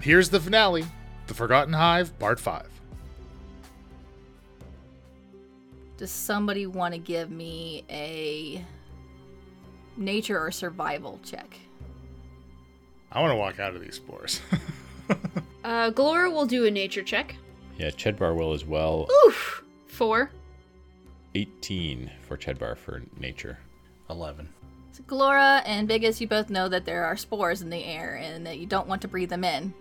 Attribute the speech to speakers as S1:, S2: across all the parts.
S1: here's the finale The Forgotten Hive, Part 5.
S2: Does somebody want to give me a nature or survival check?
S1: I want to walk out of these spores.
S3: Uh, Glora will do a nature check.
S4: Yeah, Chedbar will as well.
S3: Oof. Four.
S4: 18 for Chedbar for nature.
S5: 11.
S2: So Glora and Bigus, you both know that there are spores in the air and that you don't want to breathe them in.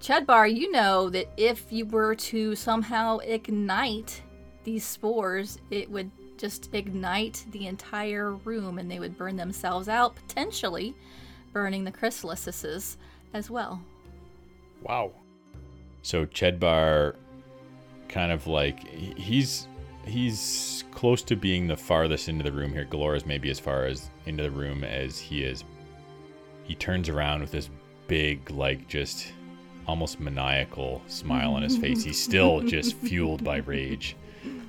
S2: Chedbar, you know that if you were to somehow ignite these spores, it would just ignite the entire room and they would burn themselves out, potentially burning the chrysalises as well.
S1: Wow.
S4: So Chedbar kind of like he- he's he's close to being the farthest into the room here. Galora's maybe as far as into the room as he is. He turns around with this big like just almost maniacal smile on his face. He's still just fueled by rage,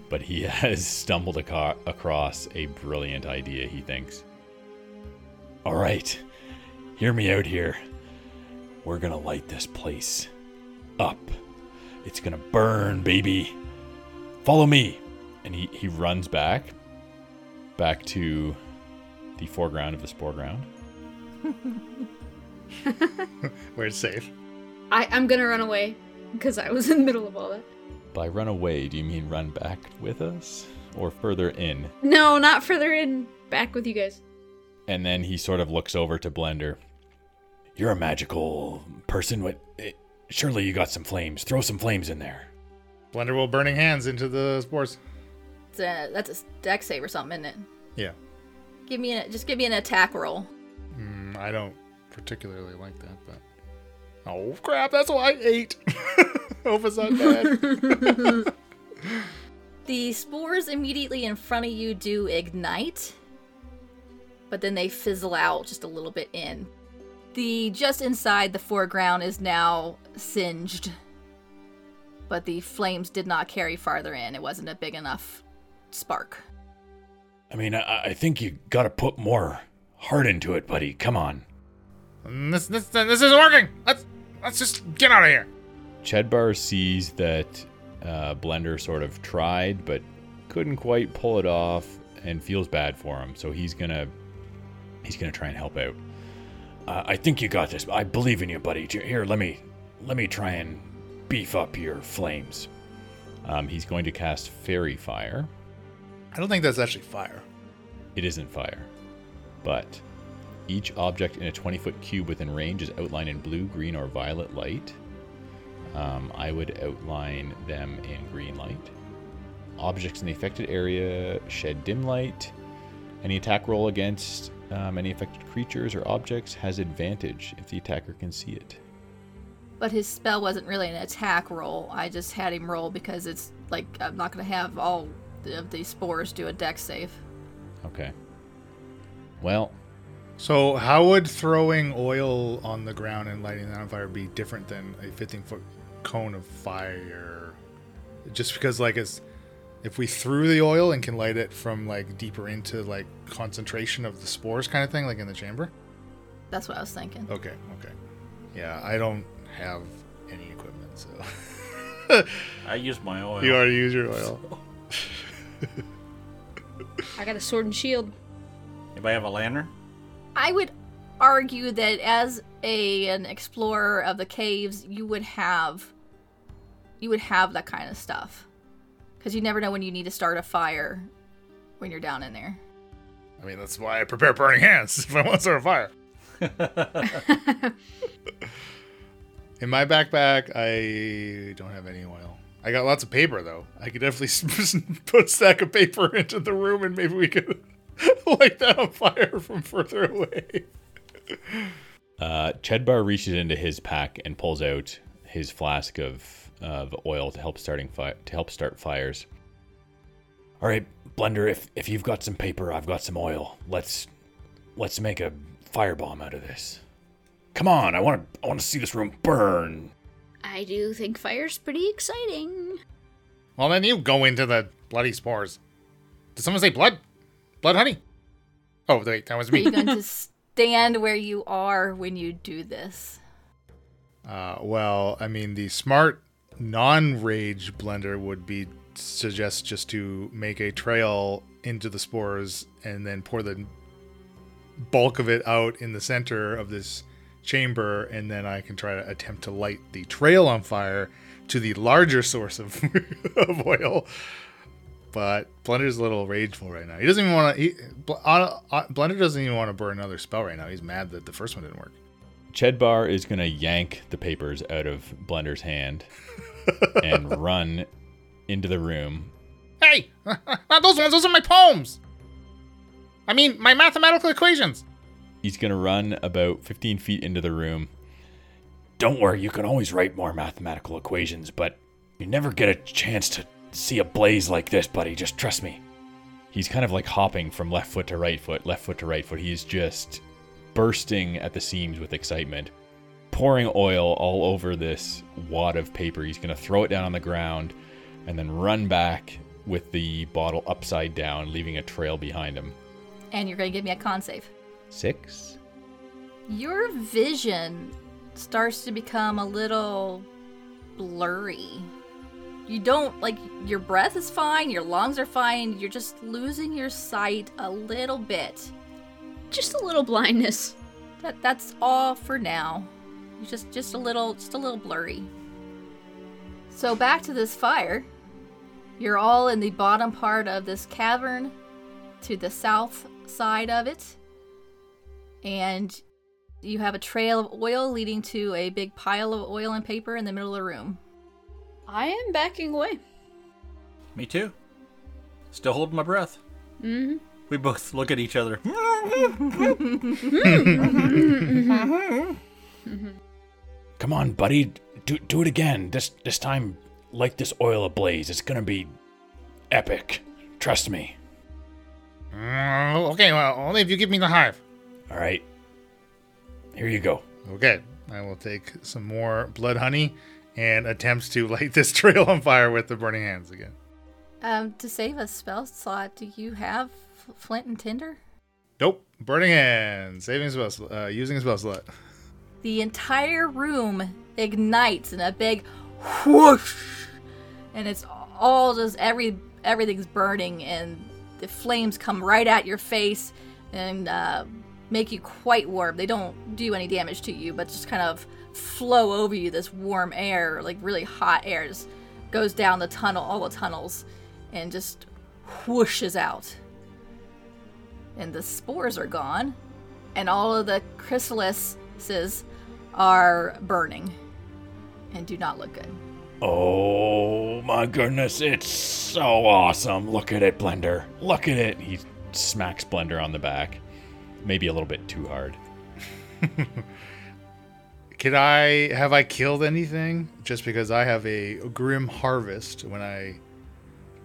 S4: but he has stumbled aco- across a brilliant idea, he thinks. All right. Hear me out here. We're going to light this place up. It's gonna burn, baby. Follow me. And he, he runs back, back to the foreground of the spore ground.
S1: Where it's safe.
S3: I- I'm gonna run away because I was in the middle of all that.
S4: By run away, do you mean run back with us or further in?
S3: No, not further in. Back with you guys.
S4: And then he sort of looks over to Blender. You're a magical person. What? eh, Surely you got some flames. Throw some flames in there.
S1: Blender will burning hands into the spores.
S2: It's a, that's a deck save or something, isn't it?
S1: Yeah.
S2: Give me a, just give me an attack roll.
S1: Mm, I don't particularly like that, but. Oh, crap. That's why I ate. Hope it's not bad.
S2: The spores immediately in front of you do ignite, but then they fizzle out just a little bit in. The just inside the foreground is now singed, but the flames did not carry farther in. It wasn't a big enough spark.
S4: I mean, I, I think you gotta put more heart into it, buddy. Come on.
S1: Mm, this, this, this isn't working. Let's, let's just get out of here.
S4: Chedbar sees that uh, Blender sort of tried but couldn't quite pull it off and feels bad for him, so he's gonna he's gonna try and help out. Uh, I think you got this. I believe in you, buddy. Here, let me let me try and beef up your flames. Um, he's going to cast Fairy Fire.
S1: I don't think that's actually fire.
S4: It isn't fire, but each object in a 20 foot cube within range is outlined in blue, green, or violet light. Um, I would outline them in green light. Objects in the affected area shed dim light. Any attack roll against um, any affected creatures or objects has advantage if the attacker can see it.
S2: But his spell wasn't really an attack roll. I just had him roll because it's like I'm not going to have all of the spores do a deck save.
S4: Okay. Well,
S1: So, how would throwing oil on the ground and lighting that on fire be different than a 15 foot cone of fire? Just because, like, it's if we threw the oil and can light it from like deeper into like concentration of the spores kind of thing, like in the chamber.
S2: That's what I was thinking.
S1: Okay, okay, yeah, I don't have any equipment, so
S5: I used my oil.
S1: you already use your oil.
S3: I got a sword and shield.
S5: Anybody have a lantern?
S2: I would argue that as a an explorer of the caves, you would have you would have that kind of stuff because you never know when you need to start a fire when you're down in there.
S1: I mean, that's why I prepare burning hands if I want to start a fire. In my backpack, I don't have any oil. I got lots of paper though. I could definitely put a stack of paper into the room and maybe we could light that on fire from further away.
S4: Uh, Chedbar reaches into his pack and pulls out his flask of of oil to help starting fi- to help start fires. All right, Blender, if if you've got some paper, I've got some oil. Let's let's make a firebomb out of this. Come on, I want to I want to see this room burn.
S3: I do think fire's pretty exciting.
S1: Well, then you go into the bloody spores. Did someone say blood? Blood honey? Oh, wait, that was
S2: Are you
S1: me.
S2: going to stand where you are when you do this?
S1: Uh, well, I mean, the smart non-rage blender would be suggest just to make a trail into the spores and then pour the bulk of it out in the center of this chamber, and then I can try to attempt to light the trail on fire to the larger source of, of oil. But Blender's a little rageful right now. He doesn't even want to. Blender doesn't even want to burn another spell right now. He's mad that the first one didn't work.
S4: Chedbar is going to yank the papers out of Blender's hand and run into the room.
S1: Hey, not those ones. Those are my poems. I mean, my mathematical equations.
S4: He's going to run about 15 feet into the room. Don't worry, you can always write more mathematical equations, but you never get a chance to see a blaze like this, buddy. Just trust me. He's kind of like hopping from left foot to right foot, left foot to right foot. He's just bursting at the seams with excitement, pouring oil all over this wad of paper. He's going to throw it down on the ground and then run back with the bottle upside down, leaving a trail behind him.
S2: And you're going to give me a con save.
S4: Six?
S2: Your vision starts to become a little blurry. You don't like your breath is fine, your lungs are fine, you're just losing your sight a little bit.
S3: Just a little blindness.
S2: That that's all for now. You're just just a little just a little blurry. So back to this fire. You're all in the bottom part of this cavern to the south side of it. And you have a trail of oil leading to a big pile of oil and paper in the middle of the room.
S3: I am backing away.
S5: Me too. Still holding my breath.
S3: Mm-hmm.
S5: We both look at each other.
S4: Come on, buddy. Do, do it again. This this time, light this oil ablaze. It's gonna be epic. Trust me.
S1: Mm, okay, well, only if you give me the hive.
S4: All right. Here you go.
S1: Okay, I will take some more blood honey and attempts to light this trail on fire with the burning hands again.
S2: Um, to save a spell slot, do you have f- flint and tinder?
S1: Nope, burning hands, saving spell, sl- uh, using spell slot.
S2: The entire room ignites in a big whoosh, and it's all just every everything's burning, and the flames come right at your face and uh, make you quite warm. They don't do any damage to you, but just kind of flow over you. This warm air, like really hot air, just goes down the tunnel, all the tunnels, and just whooshes out. And the spores are gone and all of the chrysalises are burning and do not look good.
S4: Oh my goodness! It's so awesome. Look at it, Blender. Look at it. He smacks Blender on the back, maybe a little bit too hard.
S1: Could I have I killed anything? Just because I have a grim harvest when I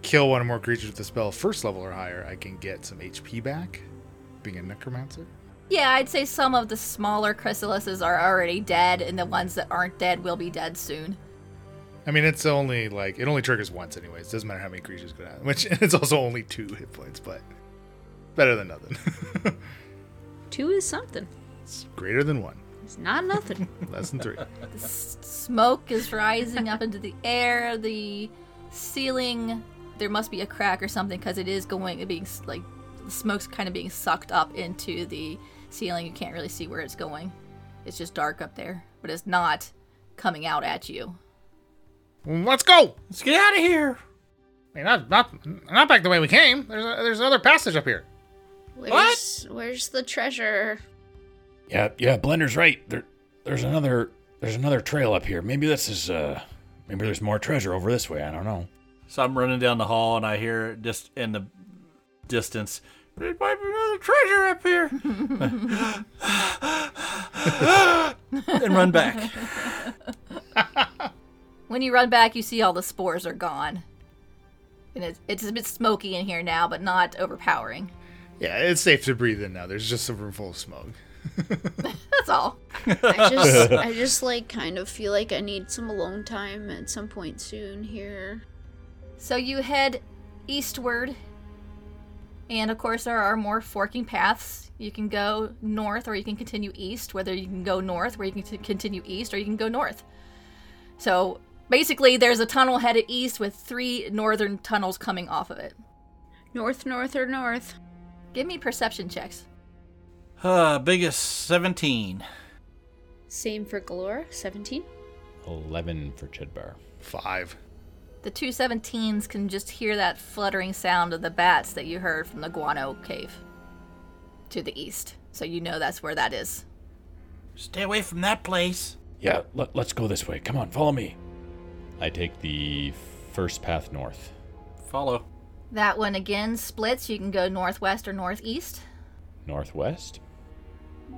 S1: kill one or more creatures with the spell first level or higher, I can get some HP back. Being a necromancer.
S2: Yeah, I'd say some of the smaller chrysalises are already dead, and the ones that aren't dead will be dead soon.
S1: I mean, it's only like it only triggers once, anyways. Doesn't matter how many creatures go down, which it's also only two hit points, but better than nothing.
S3: Two is something.
S1: it's greater than one,
S3: It's not nothing.
S1: less than three.
S2: The s- smoke is rising up into the air. The ceiling, there must be a crack or something because it is going being s- like the smoke's kind of being sucked up into the ceiling. You can't really see where it's going. It's just dark up there, but it's not coming out at you.
S1: Let's go.
S5: Let's get out of here.
S1: I mean, not not not back the way we came. There's a, there's another passage up here.
S3: Where's where's the treasure?
S4: Yeah, yeah. Blender's right. There, there's another. There's another trail up here. Maybe this is. Uh, maybe there's more treasure over this way. I don't know.
S5: So I'm running down the hall and I hear just in the distance, there might be another treasure up here. and run back.
S2: When you run back, you see all the spores are gone. And it's, it's a bit smoky in here now, but not overpowering.
S1: Yeah, it's safe to breathe in now. There's just a room full of smoke.
S2: That's all.
S3: I just I just like kind of feel like I need some alone time at some point soon here.
S2: So you head eastward And of course, there are more forking paths. You can go north or you can continue east, whether you can go north, where you can t- continue east, or you can go north. So basically, there's a tunnel headed east with three northern tunnels coming off of it.
S3: North, north, or north.
S2: Give me perception checks.
S5: Uh, biggest 17.
S3: Same for Galore, 17.
S4: 11 for Chedbar.
S1: Five.
S2: The two 17s can just hear that fluttering sound of the bats that you heard from the guano cave to the east. So you know that's where that is.
S5: Stay away from that place.
S4: Yeah, let, us go this way. Come on, follow me. I take the first path north.
S5: Follow.
S2: That one again splits. You can go northwest or northeast.
S4: Northwest?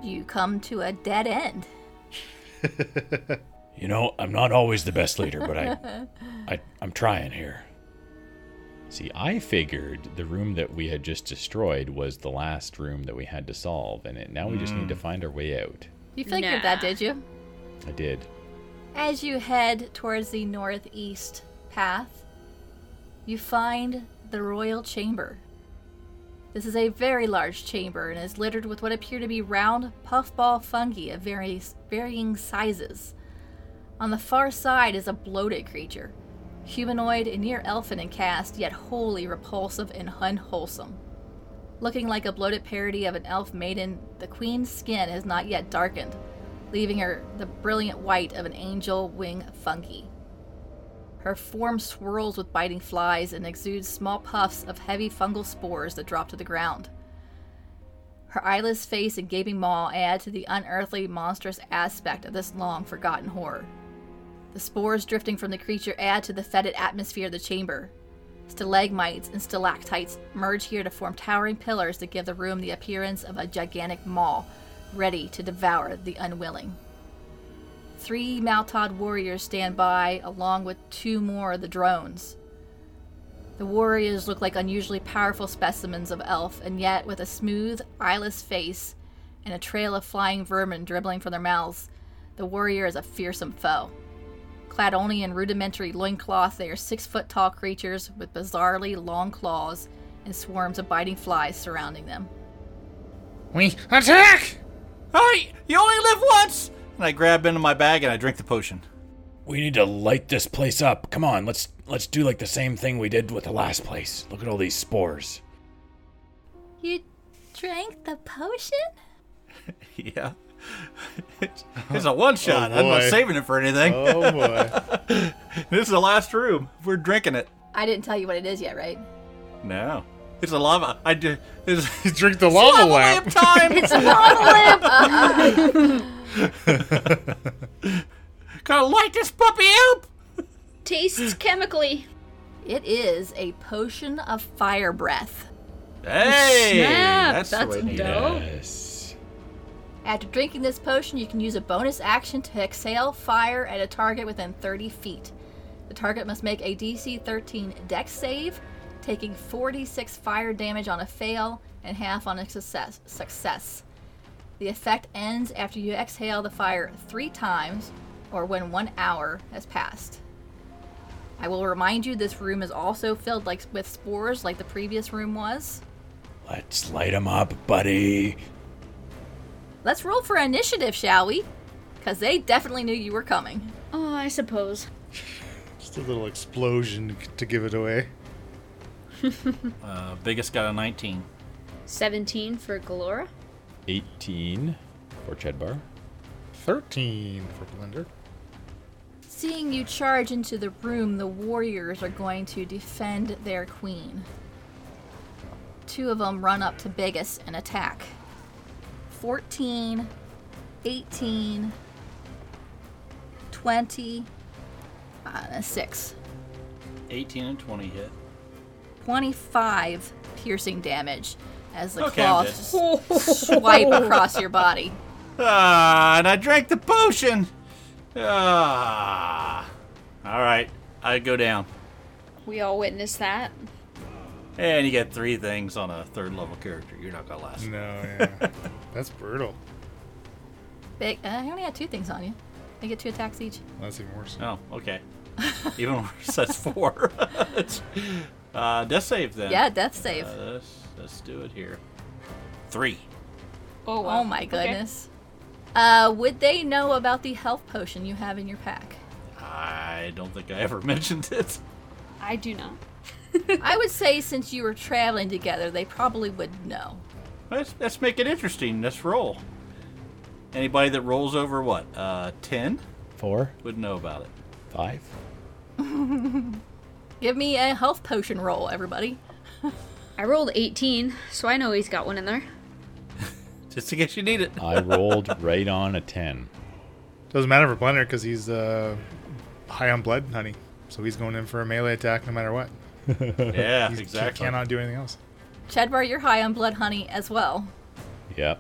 S2: You come to a dead end.
S4: You know, I'm not always the best leader, but I, I I'm trying here. See, I figured the room that we had just destroyed was the last room that we had to solve, and it, now we just need to find our way out.
S2: You figured
S3: Nah.
S2: that, did you?
S4: I did.
S2: As you head towards the northeast path, you find the royal chamber. This is a very large chamber and is littered with what appear to be round puffball fungi of various, varying sizes. On the far side is a bloated creature, humanoid and near elfin in cast, yet wholly repulsive and unwholesome. Looking like a bloated parody of an elf maiden, the queen's skin is not yet darkened, leaving her the brilliant white of an angel wing fungi. Her form swirls with biting flies and exudes small puffs of heavy fungal spores that drop to the ground. Her eyeless face and gaping maw add to the unearthly, monstrous aspect of this long forgotten horror. The spores drifting from the creature add to the fetid atmosphere of the chamber. Stalagmites and stalactites merge here to form towering pillars that give the room the appearance of a gigantic maw ready to devour the unwilling. Three Maltod warriors stand by, along with two more of the drones. The warriors look like unusually powerful specimens of elf, and yet with a smooth, eyeless face and a trail of flying vermin dribbling from their mouths, the warrior is a fearsome foe. Clad only in rudimentary loincloth, they are six foot tall creatures with bizarrely long claws and swarms of biting flies surrounding them.
S1: We attack!
S5: Hey, you only live once! And I grab into my bag and I drink the potion.
S4: We need to light this place up. Come on, let's let's do like the same thing we did with the last place. Look at all these spores.
S2: You drank the potion?
S5: Yeah. it's a one shot. I'm
S1: boy.
S5: not saving it for anything.
S1: Oh boy.
S5: This is the last room. We're drinking it.
S2: I didn't tell you what it is yet, right?
S5: No. It's a lava. I do. It's
S1: Drink the lava,
S5: lava
S1: lamp.
S5: lamp time. it's gotta light this puppy up.
S3: Tastes chemically.
S2: It is a potion of fire breath.
S5: Hey,
S3: Snap,
S5: that's,
S3: that's
S5: the way.
S3: dope. Oh.
S4: Yes.
S2: After drinking this potion, you can use a bonus action to exhale fire at a target within 30 feet. The target must make a DC 13 dex save, taking 46 fire damage on a fail and half on a success. success. The effect ends after you exhale the fire three times or when one hour has passed. I will remind you this room is also filled like with spores like the previous room was.
S4: Let's light 'em up, buddy.
S2: Let's roll for initiative, shall we? Because they definitely knew you were coming.
S3: Oh, I suppose.
S1: Just a little explosion to give it away.
S5: Uh, biggest got a 19.
S3: 17 for Galora.
S4: 18 for Chedbar.
S1: 13 for Blender.
S2: Seeing you charge into the room, the warriors are going to defend their queen. Two of them run up to Bigus and attack. 14, 18, 20, uh, a 6.
S5: 18 and 20 hit.
S2: 25 piercing damage as the
S5: Okay, I'm
S2: claws swipe across your body.
S5: Ah, and I drank the potion. Ah. All right, I go down.
S3: We all witnessed that.
S5: And you get three things on a third level character. You're not gonna last.
S1: No, yeah. That's brutal.
S2: Big, uh, I only had two things on you. I get two attacks each.
S1: That's even worse.
S5: Oh, okay. Even worse, that's four. It's- Uh, death save then.
S2: Yeah, death save.
S5: Uh, let's, let's do it here. Three.
S6: Oh, wow.
S2: oh my
S6: Okay.
S2: goodness. Uh, would they know about the health potion you have in your pack?
S5: I don't think I ever mentioned it.
S6: I do not.
S2: I would say since you were traveling together, they probably would know.
S5: Let's, let's make it interesting. Let's roll. Anybody that rolls over what? Uh, 10
S4: Four,
S5: would know about it.
S4: five.
S2: Give me a health potion roll, everybody.
S3: I rolled 18, so I know he's got one in there.
S5: Just in case you need it.
S4: I rolled right on a 10.
S1: Doesn't matter for Blender because he's uh, high on blood honey, so he's going in for a melee attack no matter what.
S5: yeah,
S1: He's-
S5: exactly.
S1: He cannot do anything else.
S2: Chadbar, you're high on blood honey as well.
S4: Yep.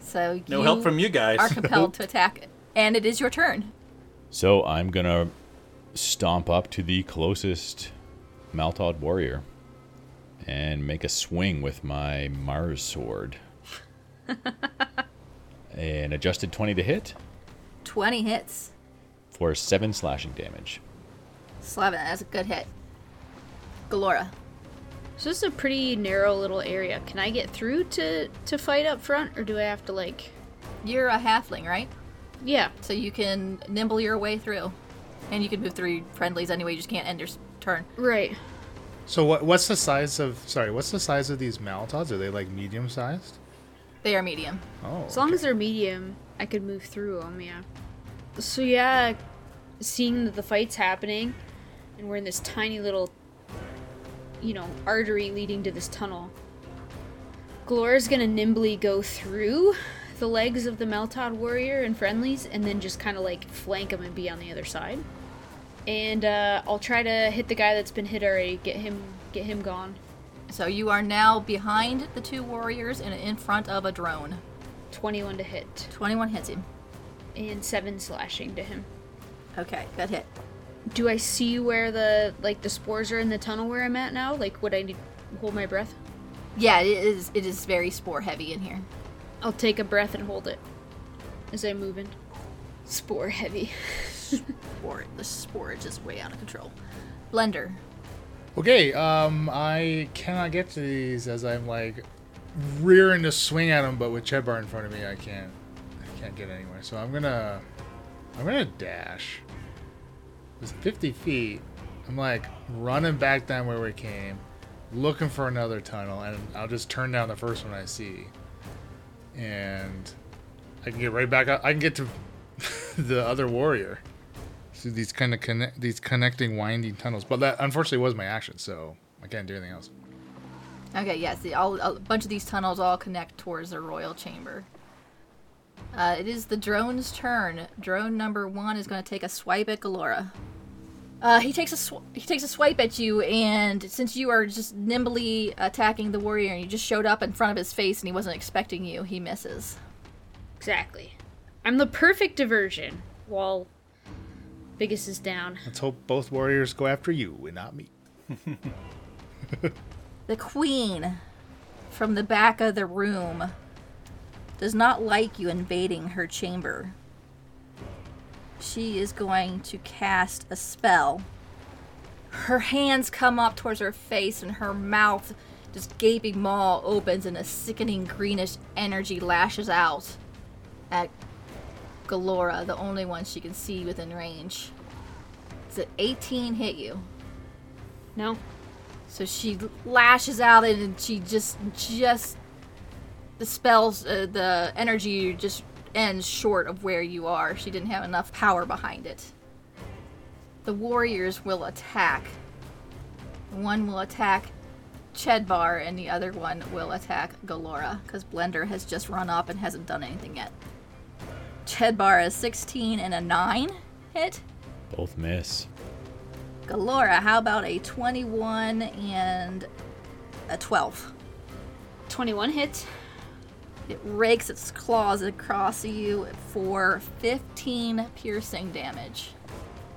S2: So
S5: no
S2: you
S5: help from you guys.
S2: are compelled to attack it. And it is your turn.
S4: So I'm going to stomp up to the closest Maltod warrior and make a swing with my Mars sword. An adjusted 20 to hit
S2: 20 hits.
S4: for 7 slashing damage.
S2: Slevin, that's a good hit. Galora.
S3: So this is a pretty narrow little area. Can I get through to to fight up front, or do I have to like?
S2: You're a halfling, right?
S3: Yeah.
S2: So you can nimble your way through. And you can move through friendlies anyway, you just can't end your s- turn.
S3: Right.
S1: So what? What's the size of? Sorry, what's the size of these malatods? Are they like medium sized?
S2: They are medium.
S1: Oh,
S3: As long as they're medium, I could move through them. Yeah. So yeah, seeing that the fight's happening, and we're in this tiny little, you know, artery leading to this tunnel. Glora's gonna nimbly go through the legs of the Meltod warrior and friendlies, and then just kind of like flank him and be on the other side. And uh, I'll try to hit the guy that's been hit already. Get him, get him gone.
S2: So you are now behind the two warriors and in front of a drone.
S3: Twenty-one to hit,
S2: 21 hits him.
S3: and seven slashing to him.
S2: Okay, good hit.
S3: Do I see where the like the spores are in the tunnel where I'm at now? Like, would I need hold my breath?
S2: Yeah, it is it is very spore heavy in here.
S3: I'll take a breath and hold it as I move in. Spore heavy.
S2: Spore the spore is just way out of control. Blender.
S1: Okay, um, I cannot get to these as I'm like rearing to swing at them, but with Chedbar in front of me, I can't, I can't get anywhere. So I'm gonna, I'm gonna dash. It's 50 feet. I'm like running back down where we came, looking for another tunnel, and I'll just turn down the first one I see, and I can get right back up. I can get to the other warrior through these kind of connect these connecting winding tunnels. But that unfortunately was my action, so I can't do anything else.
S2: Okay, yes, the, all, a bunch of these tunnels all connect towards the royal chamber. Uh, it is the drone's turn. Drone number one is going to take a swipe at Galora. Uh, he takes a sw- he takes a swipe at you, and since you are just nimbly attacking the warrior, and you just showed up in front of his face, and he wasn't expecting you, he misses.
S3: exactly. I'm the perfect diversion. While Biggest is down.
S1: Let's hope both warriors go after you and not me.
S2: The queen, from the back of the room, does not like you invading her chamber. She is going to cast a spell. Her hands come up towards her face, and her mouth, just gaping maw, opens, and a sickening greenish energy lashes out at Galora, the only one she can see within range. Does an 18 hit you?
S3: No.
S2: So she lashes out and she just just the spells uh, the energy just ends short of where you are. She didn't have enough power behind it. The warriors will attack. One will attack Chedbar and the other one will attack Galora cuz Blender has just run up and hasn't done anything yet. Chedbar is 16 and a 9 hit.
S4: Both miss.
S2: Galora, how about a 21 and a 12?
S3: 21 hits.
S2: It rakes its claws across you for 15 piercing damage.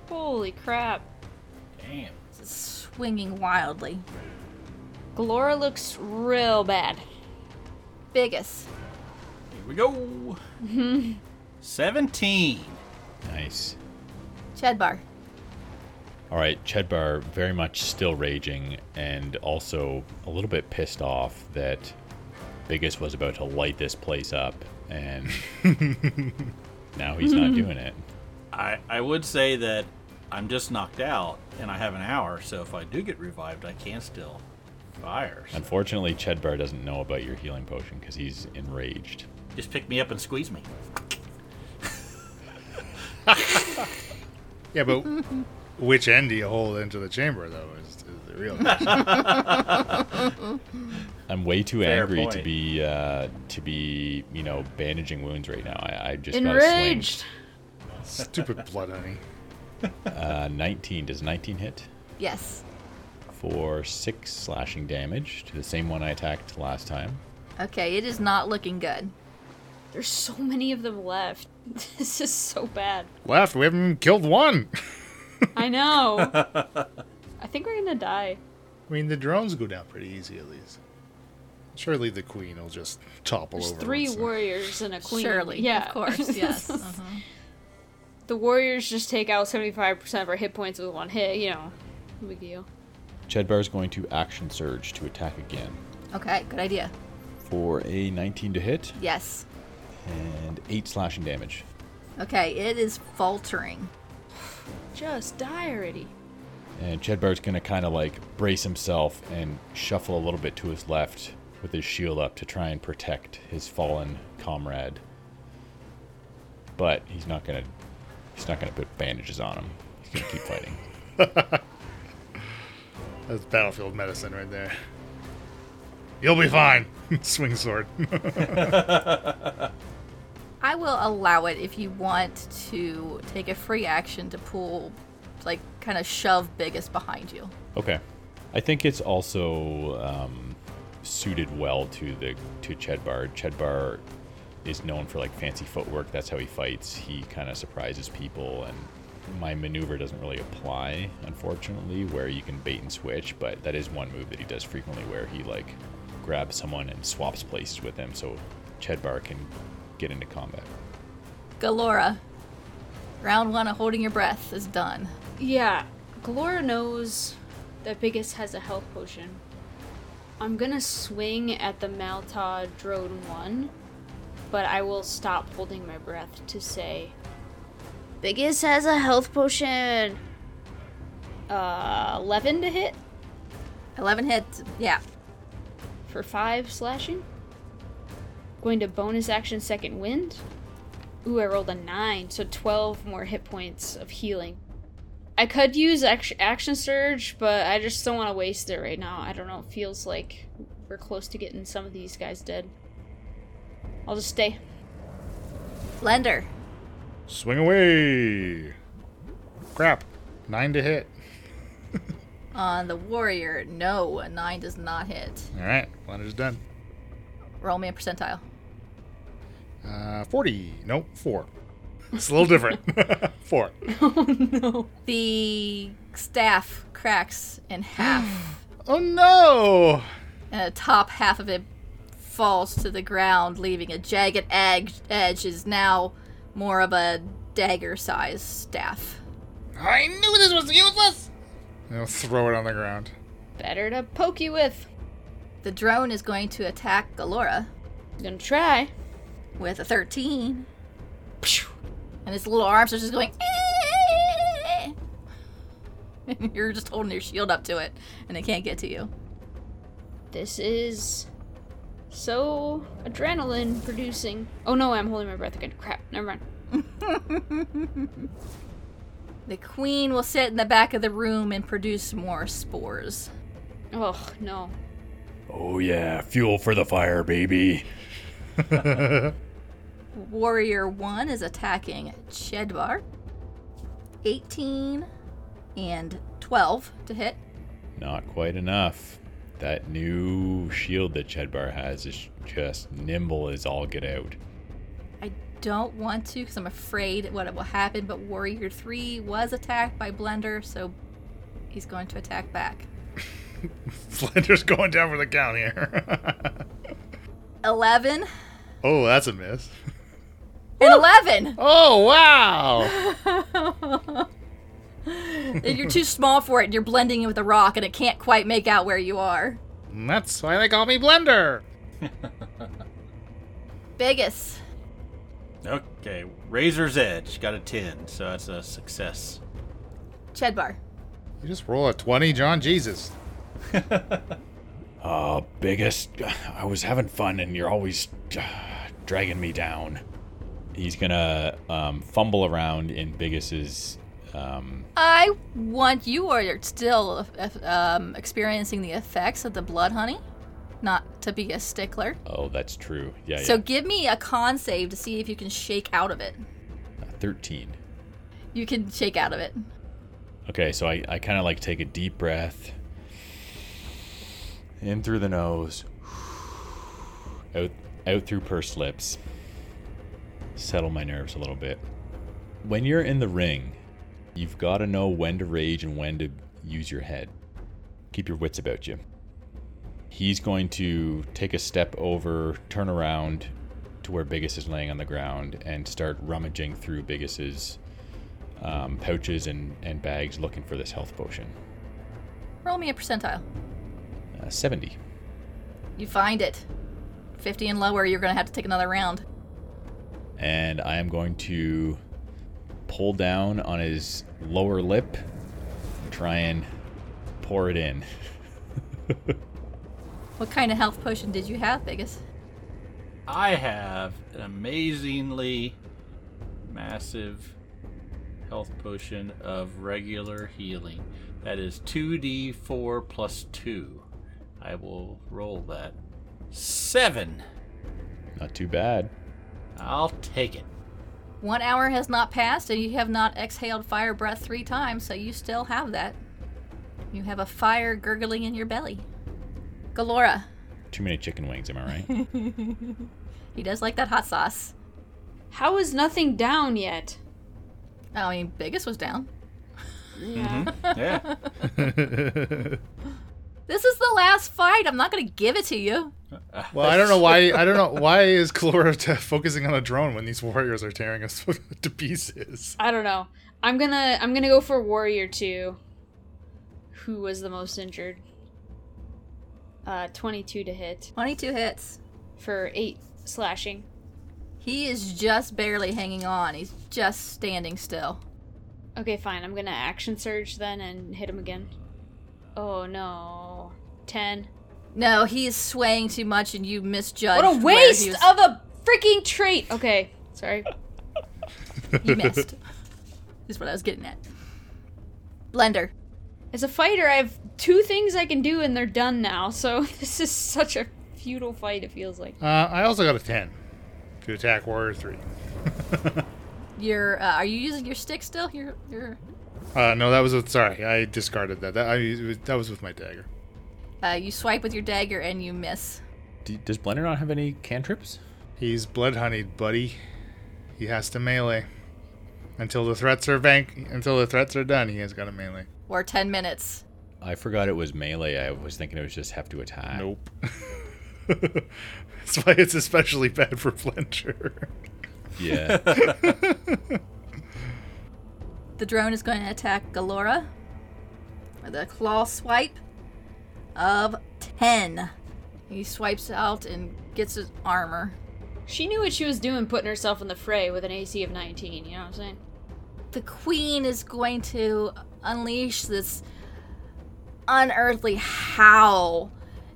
S6: Holy crap.
S5: Damn.
S2: It's swinging wildly.
S6: Galora looks real bad.
S2: Biggest.
S5: Here we go. 17.
S4: Nice.
S2: Chedbar.
S4: All right, Chedbar very much still raging and also a little bit pissed off that Biggest was about to light this place up and now he's not doing it.
S5: I, I would say that I'm just knocked out and I have an hour, so if I do get revived, I can still fire. So
S4: Unfortunately, Chedbar doesn't know about your healing potion because he's enraged.
S5: just pick me up and squeeze me.
S1: Yeah, but which end do you hold into the chamber though? Is, is the real question.
S4: I'm way too
S5: Fair
S4: angry to
S5: point.
S4: be uh, to be you know bandaging wounds right now. I, I just
S7: Enraged.
S1: Stupid blood honey.
S4: got a swing. Uh, 19 does 19 hit
S2: Yes.
S4: for six slashing damage to the same one I attacked last time.
S2: Okay, it is not looking good.
S3: There's so many of them left. This is so bad.
S1: Left. We haven't even killed one.
S3: I know. I think we're gonna die.
S1: I mean, the drones go down pretty easy at least. Surely the queen will just topple
S3: There's
S1: over.
S3: three
S1: once uh, in a-
S3: warriors and a queen.
S2: Surely.
S3: Yeah.
S2: Of course. Yes. Uh-huh.
S3: the warriors just take out 75% of our hit points with one hit, you know. No big deal.
S4: Chedbar is going to action surge to attack again
S2: Okay. Good idea.
S4: for a 19 to hit
S2: Yes.
S4: and eight slashing damage.
S2: Okay. It is faltering.
S3: Just die already.
S4: And Chedbar's going to kind of like brace himself and shuffle a little bit to his left with his shield up to try and protect his fallen comrade. But he's not going to he's not going to put bandages on him. He's going to keep fighting.
S1: That's battlefield medicine right there. You'll be fine. Swing sword.
S2: I will allow it if you want to take a free action to pull, like, kind of shove Biggest behind you.
S4: Okay. I think it's also um, suited well to the to Chedbar. Chedbar is known for like fancy footwork. That's how he fights. He kind of surprises people, and my maneuver doesn't really apply, unfortunately, where you can bait and switch. But that is one move that he does frequently, where he like grabs someone and swaps places with them, so Chedbar can get into combat.
S2: Galora, round one of holding your breath is done.
S3: Yeah, Galora knows that Biggest has a health potion. I'm gonna swing at the Malta Drone 1, but I will stop holding my breath to say,
S7: Biggest has a health potion.
S3: uh, 11 to hit
S2: 11 hits. Yeah.
S3: for 5 slashing. Going to bonus action second wind. Ooh, I rolled a 9, so 12 more hit points of healing. I could use act- action surge, but I just don't want to waste it right now. I don't know, it feels like we're close to getting some of these guys dead. I'll just stay.
S2: Blender.
S1: Swing away. Crap. Nine to hit.
S2: On the warrior, no, a nine does not hit.
S1: All right. Blender's done.
S2: Roll me a percentile.
S1: Uh, 40. Nope. Four. It's a little different. four.
S2: The staff cracks in half,
S1: Oh no.
S2: and the top half of it falls to the ground, leaving a jagged edge. Edge is now more of a dagger-sized staff.
S1: I knew this was useless. And I'll throw it on the ground.
S3: Better to poke you with.
S2: The drone is going to attack Galora
S3: Gonna try.
S2: with a 13, Phew. and its little arms are just going. "Eh." And you're just holding your shield up to it, and it can't get to you.
S3: This is so adrenaline producing. Oh no, I'm holding my breath again. Crap, never mind.
S2: The queen will sit in the back of the room and produce more spores.
S3: Oh no.
S4: Oh yeah, fuel for the fire, baby.
S2: Warrior 1 is attacking Chedvar. 18 and 12 to hit.
S4: Not quite enough. That new shield that Chedbar has is just nimble as all get out.
S2: I don't want to because I'm afraid what will happen, but Warrior 3 was attacked by Blender, so he's going to attack back.
S1: Blender's going down for the count here.
S2: 11
S1: oh, that's a miss.
S2: and 11!
S1: Oh wow.
S2: You're too small for it, and you're blending in with a rock, and it can't quite make out where you are.
S1: And That's why they call me Blender.
S2: Biggest.
S5: Okay, Razor's Edge got a 10, so that's a success.
S2: Chedbar.
S1: You just roll a 20, John Jesus.
S4: Uh, biggest. I was having fun, and you're always ah, dragging me down. He's gonna um, fumble around in Biggus's. Um,
S2: I want you are still uh, um, experiencing the effects of the blood honey, not to be a stickler.
S4: oh, that's true. Yeah,
S2: So give me a con save to see if you can shake out of it.
S4: yeah. Thirteen.
S2: You can shake out of it.
S4: Okay, so I, I kind of like take a deep breath in through the nose, out out through pursed lips. Settle my nerves a little bit. When you're in the ring, you've got to know when to rage and when to use your head. Keep your wits about you. He's going to take a step over, turn around to where Biggest is laying on the ground, and start rummaging through Biggus's um, pouches and, and bags looking for this health potion.
S2: Roll me a percentile.
S4: Uh, 70.
S2: You find it. 50 and lower, you're going to have to take another round.
S4: And I am going to pull down on his lower lip, try and pour it in.
S2: What kind of health potion did you have, Biggest?
S5: I have an amazingly massive health potion of regular healing. That is 2d4 plus 2. I will roll that. 7.
S4: Not too bad.
S5: I'll take it.
S2: One hour has not passed, and you have not exhaled fire breath three times, so you still have that. You have a fire gurgling in your belly. Galora,
S4: Too many chicken wings, am I right?
S2: he does like that hot sauce.
S6: How is nothing down yet?
S2: I mean, Biggest was down.
S5: Yeah.
S2: This is the last fight. I'm not going to give it to you.
S1: Well, I don't know why. I don't know why is Calora t- focusing on a drone when these warriors are tearing us to pieces.
S6: I don't know. I'm gonna I'm gonna go for warrior two. Who was the most injured? Uh, 22 to hit
S2: 22 hits.
S6: for eight slashing.
S2: He is just barely hanging on. He's just standing still.
S6: Okay, fine. I'm gonna action surge then and hit him again. Oh no, ten.
S2: No, he is swaying too much, and you misjudged.
S6: What a
S2: where he
S6: waste
S2: was-
S6: of a freaking trait. Okay, sorry.
S2: You missed. is what I was getting at. Blender.
S6: As a fighter, I have two things I can do, and they're done now. So this is such a futile fight. It feels like.
S1: Uh, I also got a ten to attack warrior three.
S2: Your uh, are you using your stick still? Your your
S1: Uh, no, that was with, sorry. I discarded that. That, I, it was- that was with my dagger.
S2: uh, you swipe with your dagger and you miss.
S4: Do, does Blender not have any cantrips?
S1: He's blood honeyed, buddy. He has to melee until the threats are bank until the threats are done. He has got a melee.
S2: Or ten minutes.
S4: I forgot it was melee. I was thinking it was just have to attack.
S1: Nope. That's why it's especially bad for Blender.
S4: Yeah.
S2: The drone is going to attack Galora with a claw swipe of ten. He swipes out and gets his armor.
S6: She knew what she was doing, putting herself in the fray with an AC of 19. You know what I'm saying?
S2: the queen is going to unleash this unearthly howl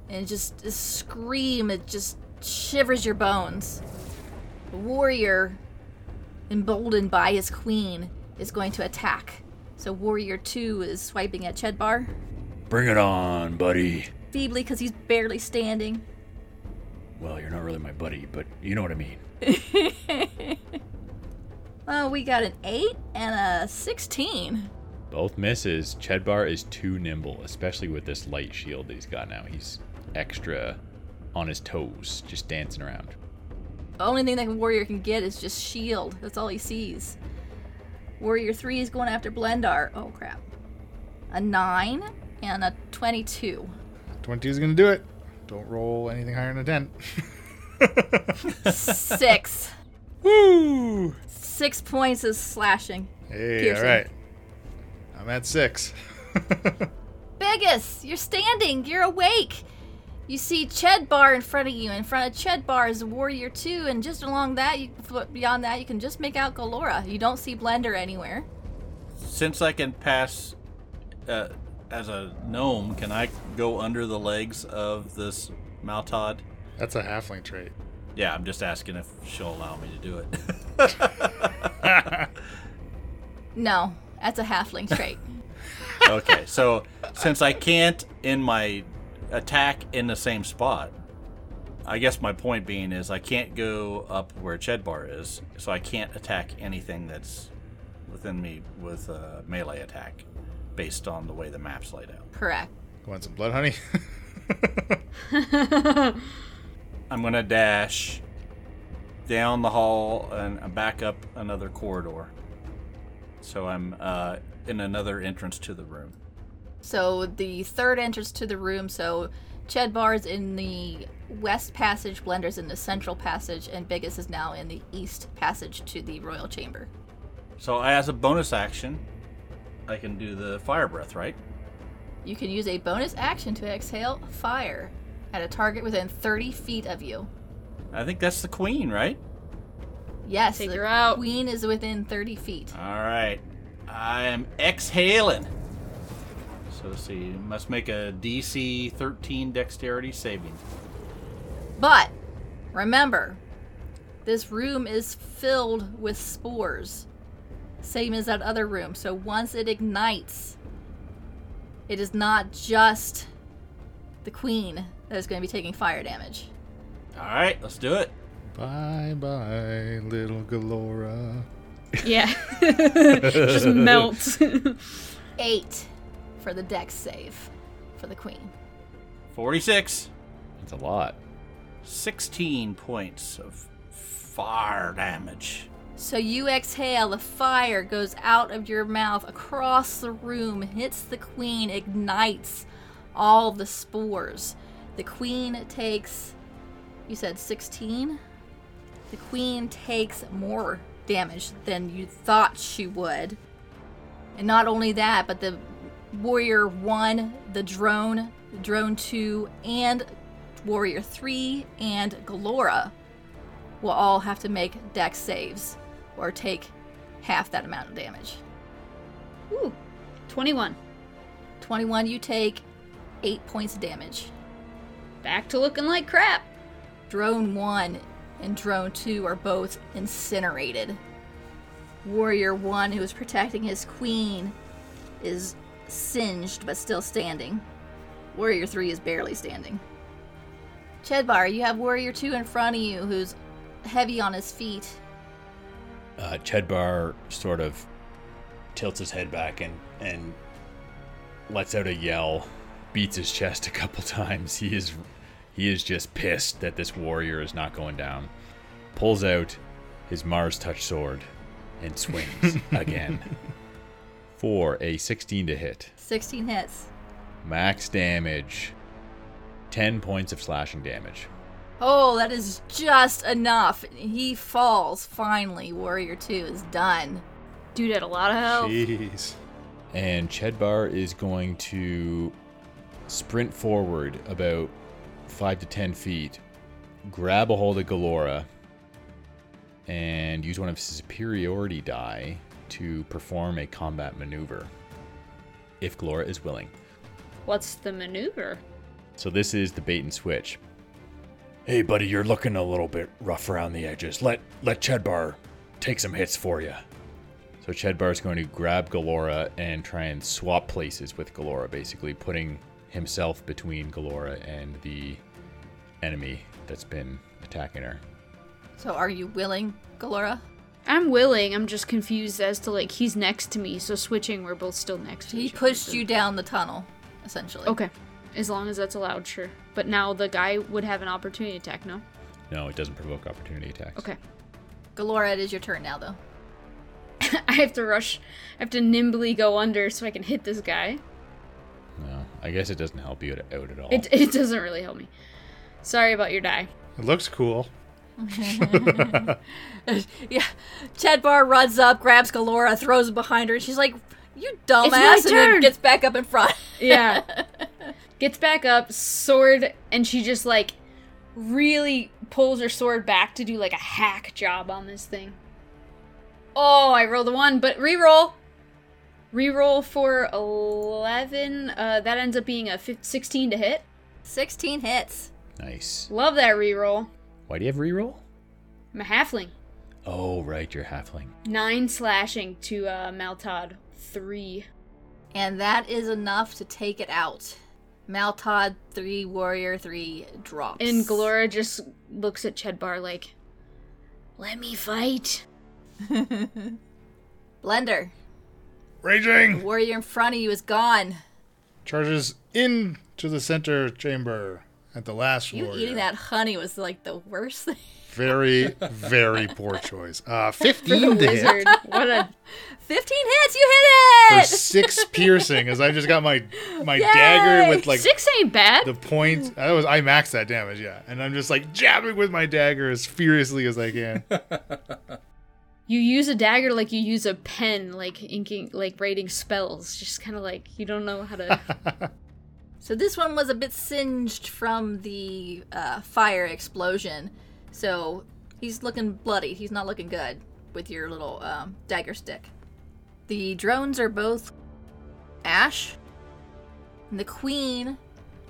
S2: and just a scream it just shivers your bones the warrior emboldened by his queen is going to attack so warrior 2 is swiping at chedbar
S4: Bring it on, buddy.
S2: feebly because he's barely standing
S4: Well, you're not really my buddy, but you know what I mean.
S2: oh we got an 8 and a 16
S4: Both misses. Chedbar is too nimble, especially with this light shield that he's got now. He's extra on his toes, just dancing around.
S2: The only thing that warrior can get is just shield. That's all he sees. Warrior three is going after Blendar. Oh crap. A nine and a twenty-two.
S1: Twenty is gonna do it. Don't roll anything higher than a ten.
S2: Six.
S1: Woo!
S2: Six points is slashing.
S1: Hey,
S2: Piercing.
S1: all right. I'm at six.
S2: Bigus, you're standing. You're awake. You see Chedbar in front of you. In front of Chedbar is Warrior 2, and just along that, you, beyond that, you can just make out Galora. You don't see Blender anywhere.
S5: Since I can pass uh, as a gnome, can I go under the legs of this Maltod?
S1: That's a halfling trait.
S5: Yeah, I'm just asking if she'll allow me to do it.
S2: No, that's a halfling trait.
S5: okay, so since I can't in my attack in the same spot, I guess my point being is I can't go up where Chedbar is, so I can't attack anything that's within me with a melee attack based on the way the map's laid out.
S2: Correct.
S1: Want some blood honey?
S5: I'm going to dash down the hall and back up another corridor. So I'm uh, in another entrance to the room.
S2: So the third entrance to the room. So Chedbar's in the west passage, Blender's in the central passage, and Bigus is now in the east passage to the royal chamber.
S5: So as a bonus action, I can do the fire breath, right?
S2: You can use a bonus action to exhale fire at a target within 30 feet of you.
S5: I think that's the queen, right?
S2: Yes,
S6: Take
S2: the
S6: her out.
S2: queen is within 30 feet.
S5: All right. I am exhaling. So let's see. Must make a DC 13 dexterity saving.
S2: But remember, this room is filled with spores, same as that other room. So once it ignites, it is not just the queen that is going to be taking fire damage.
S5: All right, let's do it.
S1: bye bye, little Galora.
S6: Yeah. Just melt.
S2: Eight for the dex save for the queen.
S5: 46.
S4: It's a lot.
S5: 16 points of fire damage.
S2: So you exhale, the fire goes out of your mouth across the room, hits the queen, ignites all the spores. The queen takes, you said 16? The queen takes more damage than you thought she would. And not only that, but the warrior 1, the drone, drone 2, and warrior 3, and Galora will all have to make dex saves or take half that amount of damage.
S6: Ooh, 21.
S2: 21, you take 8 points of damage.
S6: Back to looking like crap.
S2: Drone 1 and Drone 2 are both incinerated. Warrior 1, who is protecting his queen, is singed but still standing. Warrior 3 is barely standing. Chedbar, you have Warrior 2 in front of you who's heavy on his feet.
S4: Uh, Chedbar sort of tilts his head back and, and lets out a yell, beats his chest a couple times. He is he is just pissed that this warrior is not going down. Pulls out his Mars touch sword and swings again for a 16 to hit.
S2: 16 hits.
S4: Max damage. 10 points of slashing damage.
S2: Oh, that is just enough. He falls finally. Warrior 2 is done.
S6: Dude had a lot of
S2: Oh.
S6: health.
S1: Jeez.
S4: And Chedbar is going to sprint forward about 5 to 10 feet, grab a hold of Galora, and use one of his superiority die to perform a combat maneuver. If Galora is willing.
S6: What's the maneuver?
S4: So this is the bait and switch. Hey, buddy, you're looking a little bit rough around the edges. Let let Chedbar take some hits for you. So Chedbar's going to grab Galora and try and swap places with Galora, basically putting himself between Galora and the enemy that's been attacking her.
S2: So, are you willing, Galora?
S6: I'm willing. I'm just confused as to like he's next to me, so switching we're both still next to
S2: He
S6: each other, so-
S2: pushed you down the tunnel, essentially.
S6: Okay. As long as that's allowed, sure. But now the guy would have an opportunity attack, no?
S4: No, it doesn't provoke opportunity attacks.
S6: Okay.
S2: Galora, it is your turn now, though.
S6: I have to rush. I have to nimbly go under so I can hit this guy.
S4: No, I guess it doesn't help you at- out at all.
S6: It, it doesn't really help me. Sorry about your die.
S1: It looks cool.
S2: yeah. Chedbar runs up, grabs Galora, throws him behind her, and she's like, You
S3: my
S2: dumbass! And
S3: turn.
S2: then gets back up in front.
S3: Yeah. Gets back up, sword, and she just like really pulls her sword back to do like a hack job on this thing. Oh, I rolled a one, but reroll. Reroll for 11. Uh, that ends up being a fif- 16 to hit.
S2: Sixteen hits.
S4: Nice.
S3: Love that reroll.
S4: Why do you have reroll?
S3: I'm a halfling.
S4: Oh, right, you're halfling.
S3: Nine slashing to uh, Maltod. Three.
S2: And that is enough to take it out. Maltod 3, Warrior 3 drops.
S3: And Glora just looks at Chedbar like, Let me fight.
S2: Blender,
S1: Raging
S2: Warrior in front of you is gone.
S1: charges into the center chamber at the last
S2: You
S1: warrior.
S2: eating that honey was like the worst thing.
S1: Very, very poor choice. Uh, fifteen to hit
S3: Wizard. what a
S2: 15 hits, you
S1: for
S2: hit it!
S1: six piercing, as I just got my my dagger with like
S3: Six ain't bad.
S1: the point. I was I maxed that damage, yeah, and I'm just like jabbing with my dagger as furiously as I can.
S3: You use a dagger like you use a pen, like inking, like writing spells. Just kind of like you don't know how to.
S2: So this one was a bit singed from the uh, fire explosion. So he's looking bloody. He's not looking good with your little um, dagger stick. The drones are both ash. And the queen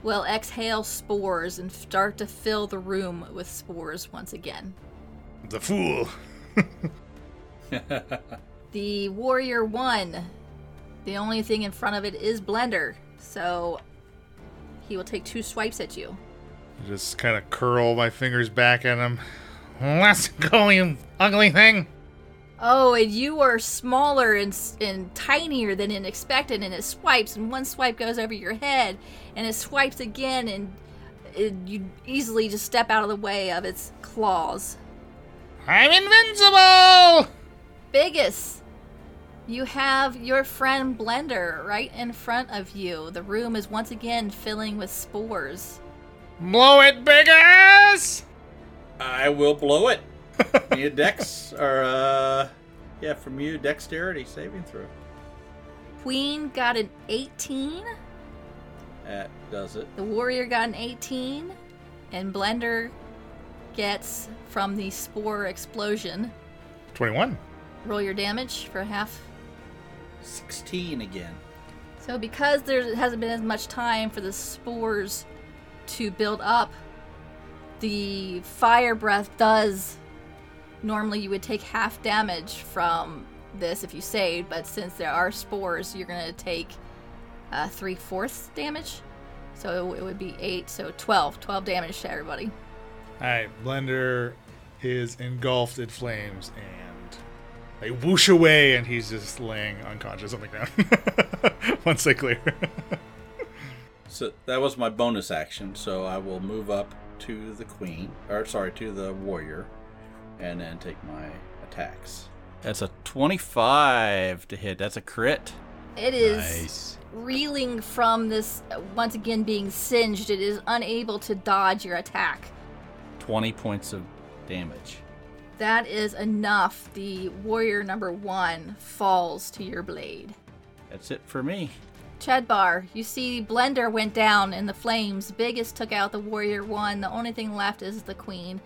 S2: will exhale spores and start to fill the room with spores once again.
S1: the fool.
S2: The warrior one. The only thing in front of it is Blender. So he will take two swipes at you.
S1: Just kind of curl my fingers back at him. Let's go, you ugly thing.
S2: Oh, and you are smaller and, s- and tinier than it expected, and it swipes, and one swipe goes over your head, and it swipes again, and it, you easily just step out of the way of its claws.
S1: I'm invincible.
S2: Biggest, you have your friend Blender right in front of you. The room is once again filling with spores.
S1: Blow it, big ass.
S5: I will blow it. Need a dex or uh, yeah, from you dexterity saving throw.
S2: Queen got an 18,
S5: That does it.
S2: the warrior got an 18, and Blender gets from the spore explosion.
S1: Twenty-one.
S2: Roll your damage for half.
S5: Sixteen again.
S2: So because there hasn't been as much time for the spores to build up, the fire breath does. Normally, you would take half damage from this if you saved, but since there are spores, you're going to take uh, three fourths damage. So it would be eight, so 12. 12 damage to everybody.
S1: All right, Blender is engulfed in flames and they whoosh away, and he's just laying unconscious on the ground once they clear.
S5: So that was my bonus action. So I will move up to the queen, or sorry, to the warrior, and then take my attacks. That's a twenty-five to hit. That's a crit.
S2: It is.
S4: Nice.
S2: reeling from this uh, once again being singed it is unable to dodge your attack
S5: Twenty points of damage.
S2: that is enough the warrior number one falls to your blade
S5: That's it for me.
S2: chedbar you see blender went down in the flames biggest took out the warrior one the only thing left is the queen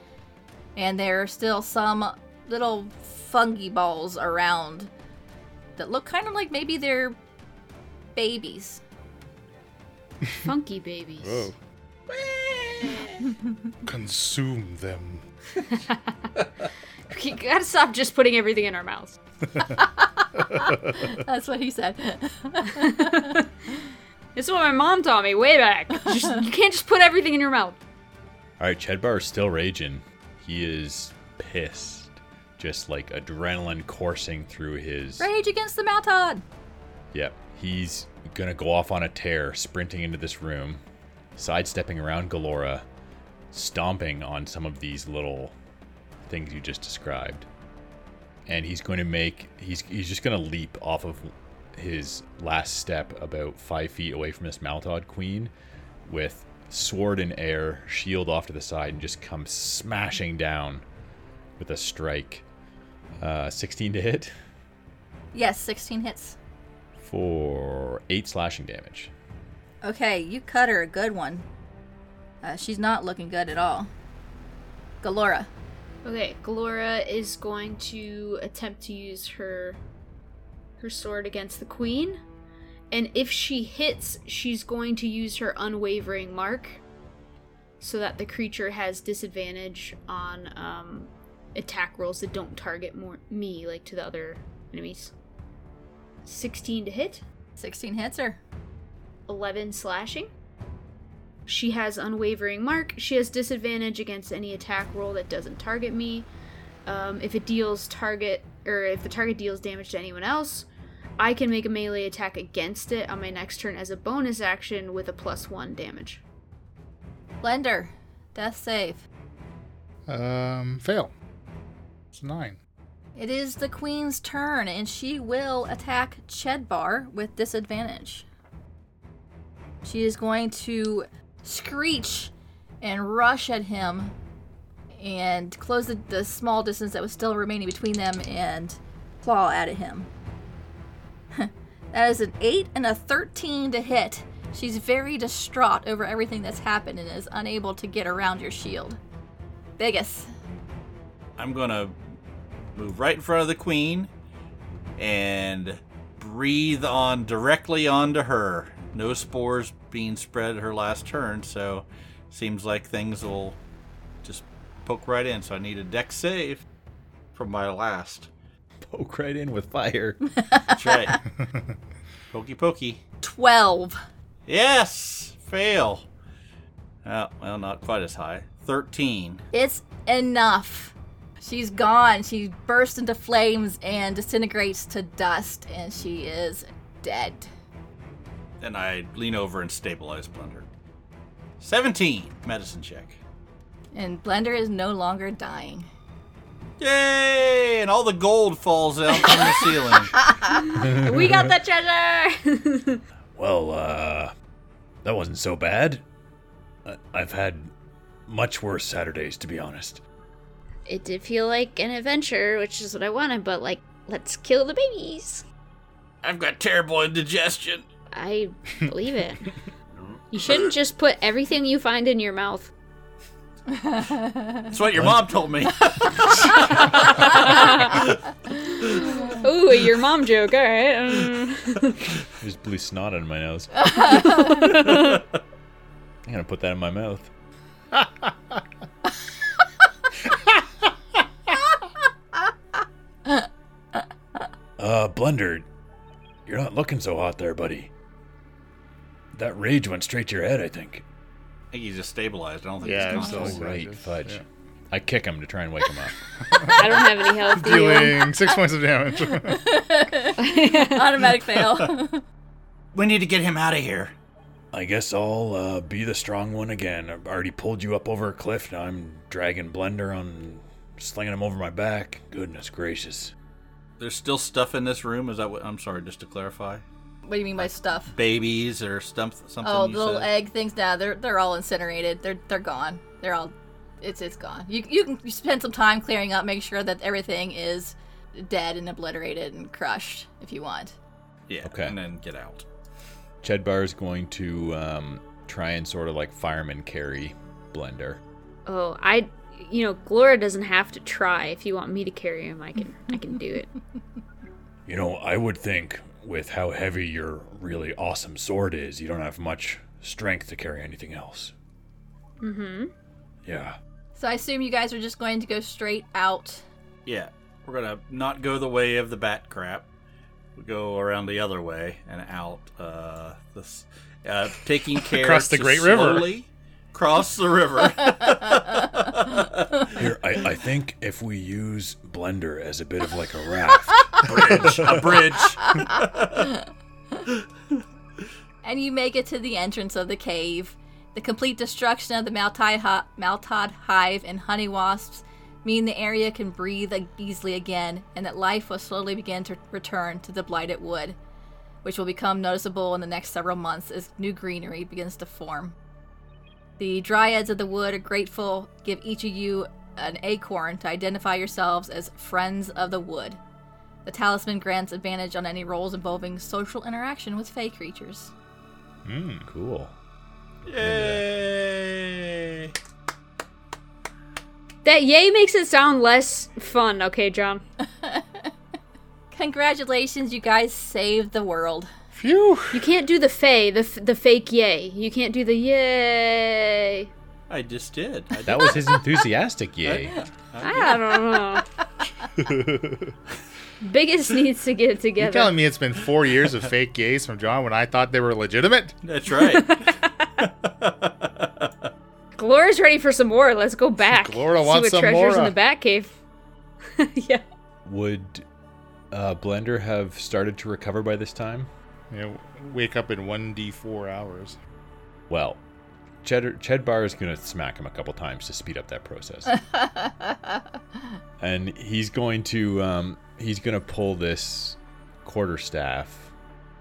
S2: and there are still some little fungi balls around that look kind of like maybe they're babies
S3: Funky babies.
S1: Consume them.
S3: You gotta stop just putting everything in our mouths.
S2: that's what he said
S3: This is what my mom taught me way back. Just, you can't just put everything in your mouth.
S4: All right, Chedbar is still raging. He is pissed, just like adrenaline coursing through his.
S2: rage against the maltod
S4: Yep, he's gonna go off on a tear, sprinting into this room, sidestepping around Galora, stomping on some of these little things you just described. And he's going to make he's he's just gonna leap off of his last step about five feet away from this Maltod Queen, with sword in air, shield off to the side, and just come smashing down with a strike. Uh, 16 to hit,
S2: yes 16 hits
S4: for eight slashing damage.
S2: Okay, you cut her a good one. Uh, she's not looking good at all. Galora.
S6: Okay, Galora is going to attempt to use her her sword against the queen. And if she hits, she's going to use her unwavering mark so that the creature has disadvantage on um, attack rolls that don't target more me like to the other enemies. 16 to hit,
S2: 16 hits her.
S6: 11 slashing. She has unwavering mark. She has disadvantage against any attack roll that doesn't target me. Um, if it deals target, or if the target deals damage to anyone else, I can make a melee attack against it on my next turn as a bonus action with a plus one damage.
S2: Blender. Death save.
S1: Um, fail. It's nine.
S2: It is the queen's turn, and she will attack Chedbar with disadvantage. She is going to screech and rush at him and close the, the small distance that was still remaining between them and claw at him. that is an 8 and a 13 to hit. She's very distraught over everything that's happened and is unable to get around your shield. Vegas.
S5: I'm gonna move right in front of the queen and breathe on directly onto her. No spores being spread her last turn, so seems like things will just poke right in. So I need a deck save from my last.
S4: Poke right in with fire.
S5: That's right. pokey pokey.
S2: 12.
S5: Yes! Fail. Uh, well, not quite as high. 13.
S2: It's enough. She's gone. She bursts into flames and disintegrates to dust, and she is dead.
S5: And I lean over and stabilize Blender. 17. Medicine check.
S2: And Blender is no longer dying.
S5: Yay! And all the gold falls out from the ceiling.
S6: we got the treasure!
S8: Well, uh, that wasn't so bad. I- I've had much worse Saturdays, to be honest.
S3: It did feel like an adventure, which is what I wanted, but like, let's kill the babies.
S5: I've got terrible indigestion.
S3: I believe it. you shouldn't just put everything you find in your mouth.
S5: That's what your mom told me.
S3: Ooh, your mom joke. All right. um.
S4: There's blue snot on my nose. I'm gonna put that in my mouth.
S8: Uh, Blender, you're not looking so hot there, buddy. That rage went straight to your head, I think.
S5: I think he's just stabilized. I don't think
S1: Yeah,
S5: he's
S1: I'm
S5: conscious.
S1: still
S4: Oh, right,
S1: conscious.
S4: fudge.
S1: Yeah.
S4: I kick him to try and wake him up.
S3: I don't have any health. do you?
S1: Dealing six points of damage.
S2: Automatic fail.
S5: We need to get him out of here.
S8: I guess I'll uh, be the strong one again. I've already pulled you up over a cliff. Now I'm dragging Blender on, slinging him over my back. Goodness gracious.
S5: There's still stuff in this room. Is that what? I'm sorry, just to clarify.
S2: what do you mean by stuff?
S5: Babies or stump, something.
S2: Oh,
S5: you
S2: the little
S5: said?
S2: egg things. Nah, they're they're all incinerated. They're they're gone. They're all, it's it's gone. You you can you spend some time clearing up, make sure that everything is dead and obliterated and crushed if you want.
S5: Yeah.
S4: Okay.
S5: And then get out.
S4: Chedbar is going to um, try and sort of like fireman carry Blender.
S3: Oh, I. You know, Gloria doesn't have to try. If you want me to carry him, I can. I can do it.
S8: You know, I would think with how heavy your really awesome sword is, you don't have much strength to carry anything else.
S3: Mm-hmm.
S8: Yeah.
S2: So I assume you guys are just going to go straight out.
S5: Yeah. We're gonna not go the way of the bat crap. We go around the other way and out. Uh, this uh, taking care
S1: Across the
S5: to
S1: great river.
S5: slowly Cross the river.
S8: Here, I, I think if we use Blender as a bit of like a raft,
S5: bridge. A bridge.
S2: and you make it to the entrance of the cave. The complete destruction of the Maltai hi- Maltod hive and honey wasps mean the area can breathe ag- easily again, and that life will slowly begin to return to the blighted wood, which will become noticeable in the next several months as new greenery begins to form. The dryads of the wood are grateful, give each of you an acorn to identify yourselves as friends of the wood. The talisman grants advantage on any rolls involving social interaction with fey creatures.
S1: Mm.
S4: Hmm. Cool.
S5: Yay!
S3: That yay makes it sound less fun, okay, John?
S2: Congratulations, you guys saved the world.
S1: Phew.
S3: You can't do the fey, the, f- the fake yay. You can't do the yay.
S5: I just did. I
S4: That was his enthusiastic yay.
S3: I don't know. Biggest needs to get it
S1: You're
S3: together.
S1: telling me it's been four years of fake gays from John when I thought they were legitimate?
S5: That's right.
S3: Glora's ready for some more. Let's go back.
S1: Glora
S3: See
S1: wants
S3: what
S1: some
S3: treasures
S1: more.
S3: in the Batcave. yeah.
S4: Would uh, Blender have started to recover by this time?
S1: You know, wake up in one d four hours.
S4: Well, Ched, Chedbar is going to smack him a couple times to speed up that process. and he's going to um, he's going to pull this quarterstaff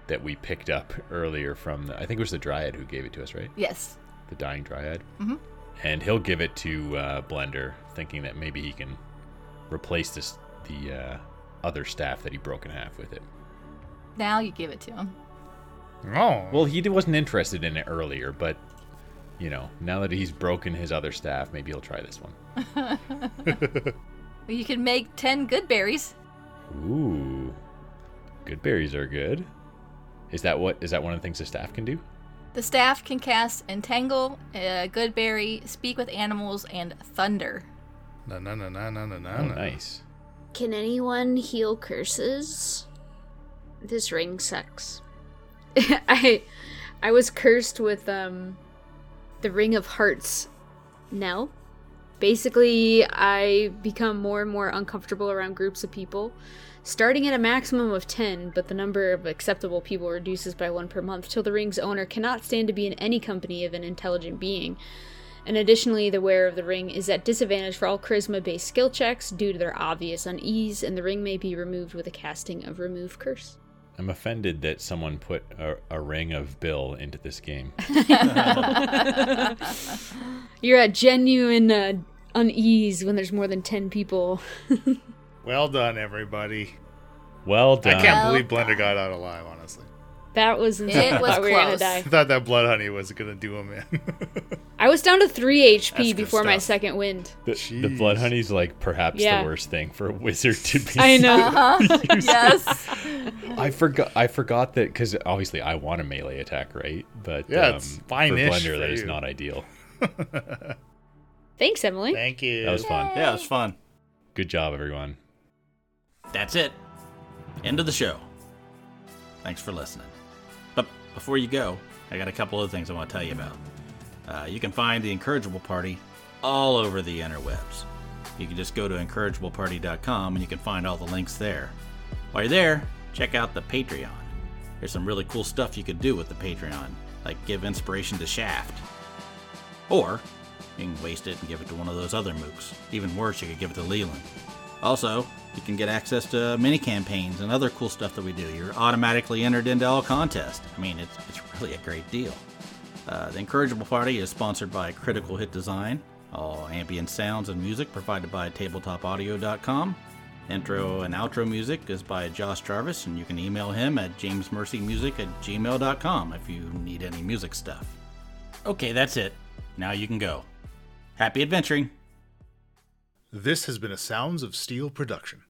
S4: that we picked up earlier from the, I think it was the dryad who gave it to us, right?
S2: Yes.
S4: The dying dryad.
S2: Mhm.
S4: And he'll give it to uh, Blender, thinking that maybe he can replace this the uh, other staff that he broke in half with it.
S2: Now you give it to him.
S1: Oh.
S4: Well, he d- wasn't interested in it earlier, but you know, now that he's broken his other staff, maybe he'll try this one.
S2: You can make 10 good berries.
S4: Ooh, good berries are good. Is that what? Is that one of the things a staff can do?
S2: The staff can cast Entangle, uh, Good Berry, Speak with Animals, and Thunder.
S1: na na na na na na na.
S4: Oh,
S1: na.
S4: nice.
S6: Can anyone heal curses? This ring sucks.
S3: I I was cursed with um the ring of hearts now. Basically, I become more and more uncomfortable around groups of people, starting at a maximum of 10, but the number of acceptable people reduces by 1 per month till the ring's owner cannot stand to be in any company of an intelligent being. And additionally, the wearer of the ring is at disadvantage for all charisma based skill checks due to their obvious unease, and the ring may be removed with a casting of Remove Curse.
S4: I'm offended that someone put a, a ring of Bill into this game.
S3: You're at genuine uh, unease when there's more than 10 people.
S1: Well done, everybody.
S4: Well done.
S1: I can't
S2: Well
S1: believe Blender got out alive. Honestly,
S3: That was insane. I
S2: was
S3: thought we were gonna
S2: close.
S3: die.
S1: I thought that blood honey was gonna do him in.
S3: I was down to 3 HP
S5: That's good
S3: before my
S5: stuff.
S3: second wind.
S4: The, the blood
S1: Jeez.
S4: honey's like perhaps
S3: Yeah.
S4: the worst thing for a wizard to be.
S3: I know.
S2: Uh-huh. yes.
S4: I forgot. I forgot that because obviously I want a melee attack, right? But um,
S1: Yeah, it's
S4: for
S1: fine-ish
S4: Blender,
S1: for
S4: that is
S1: you.
S4: not ideal.
S3: Thanks, Emily.
S1: Thank you.
S4: That was fun.
S5: yeah, it was fun.
S4: Good job, everyone.
S5: That's it. End of the show. Thanks for listening. But before you go, I got a couple of things I want to tell you about. Uh, you can find the Encourageable Party all over the interwebs. You can just go to encourageableparty.com and you can find all the links there. While you're there, check out the Patreon. There's some really cool stuff you could do with the Patreon, like give inspiration to Shaft. Or you can waste it and give it to one of those other mooks. Even worse, you could give it to Leland. Also, you can get access to mini campaigns and other cool stuff that we do. You're automatically entered into all contests. I mean, it's, it's really a great deal. Uh, the Encourageable Party is sponsored by Critical Hit Design. All ambient sounds and music provided by tabletopaudio.com. Intro and outro music is by Josh Jarvis, and you can email him at jamesmercymusic at gmail.com if you need any music stuff. Okay, that's it. Now you can go. Happy adventuring!
S1: This has been a Sounds of Steel production.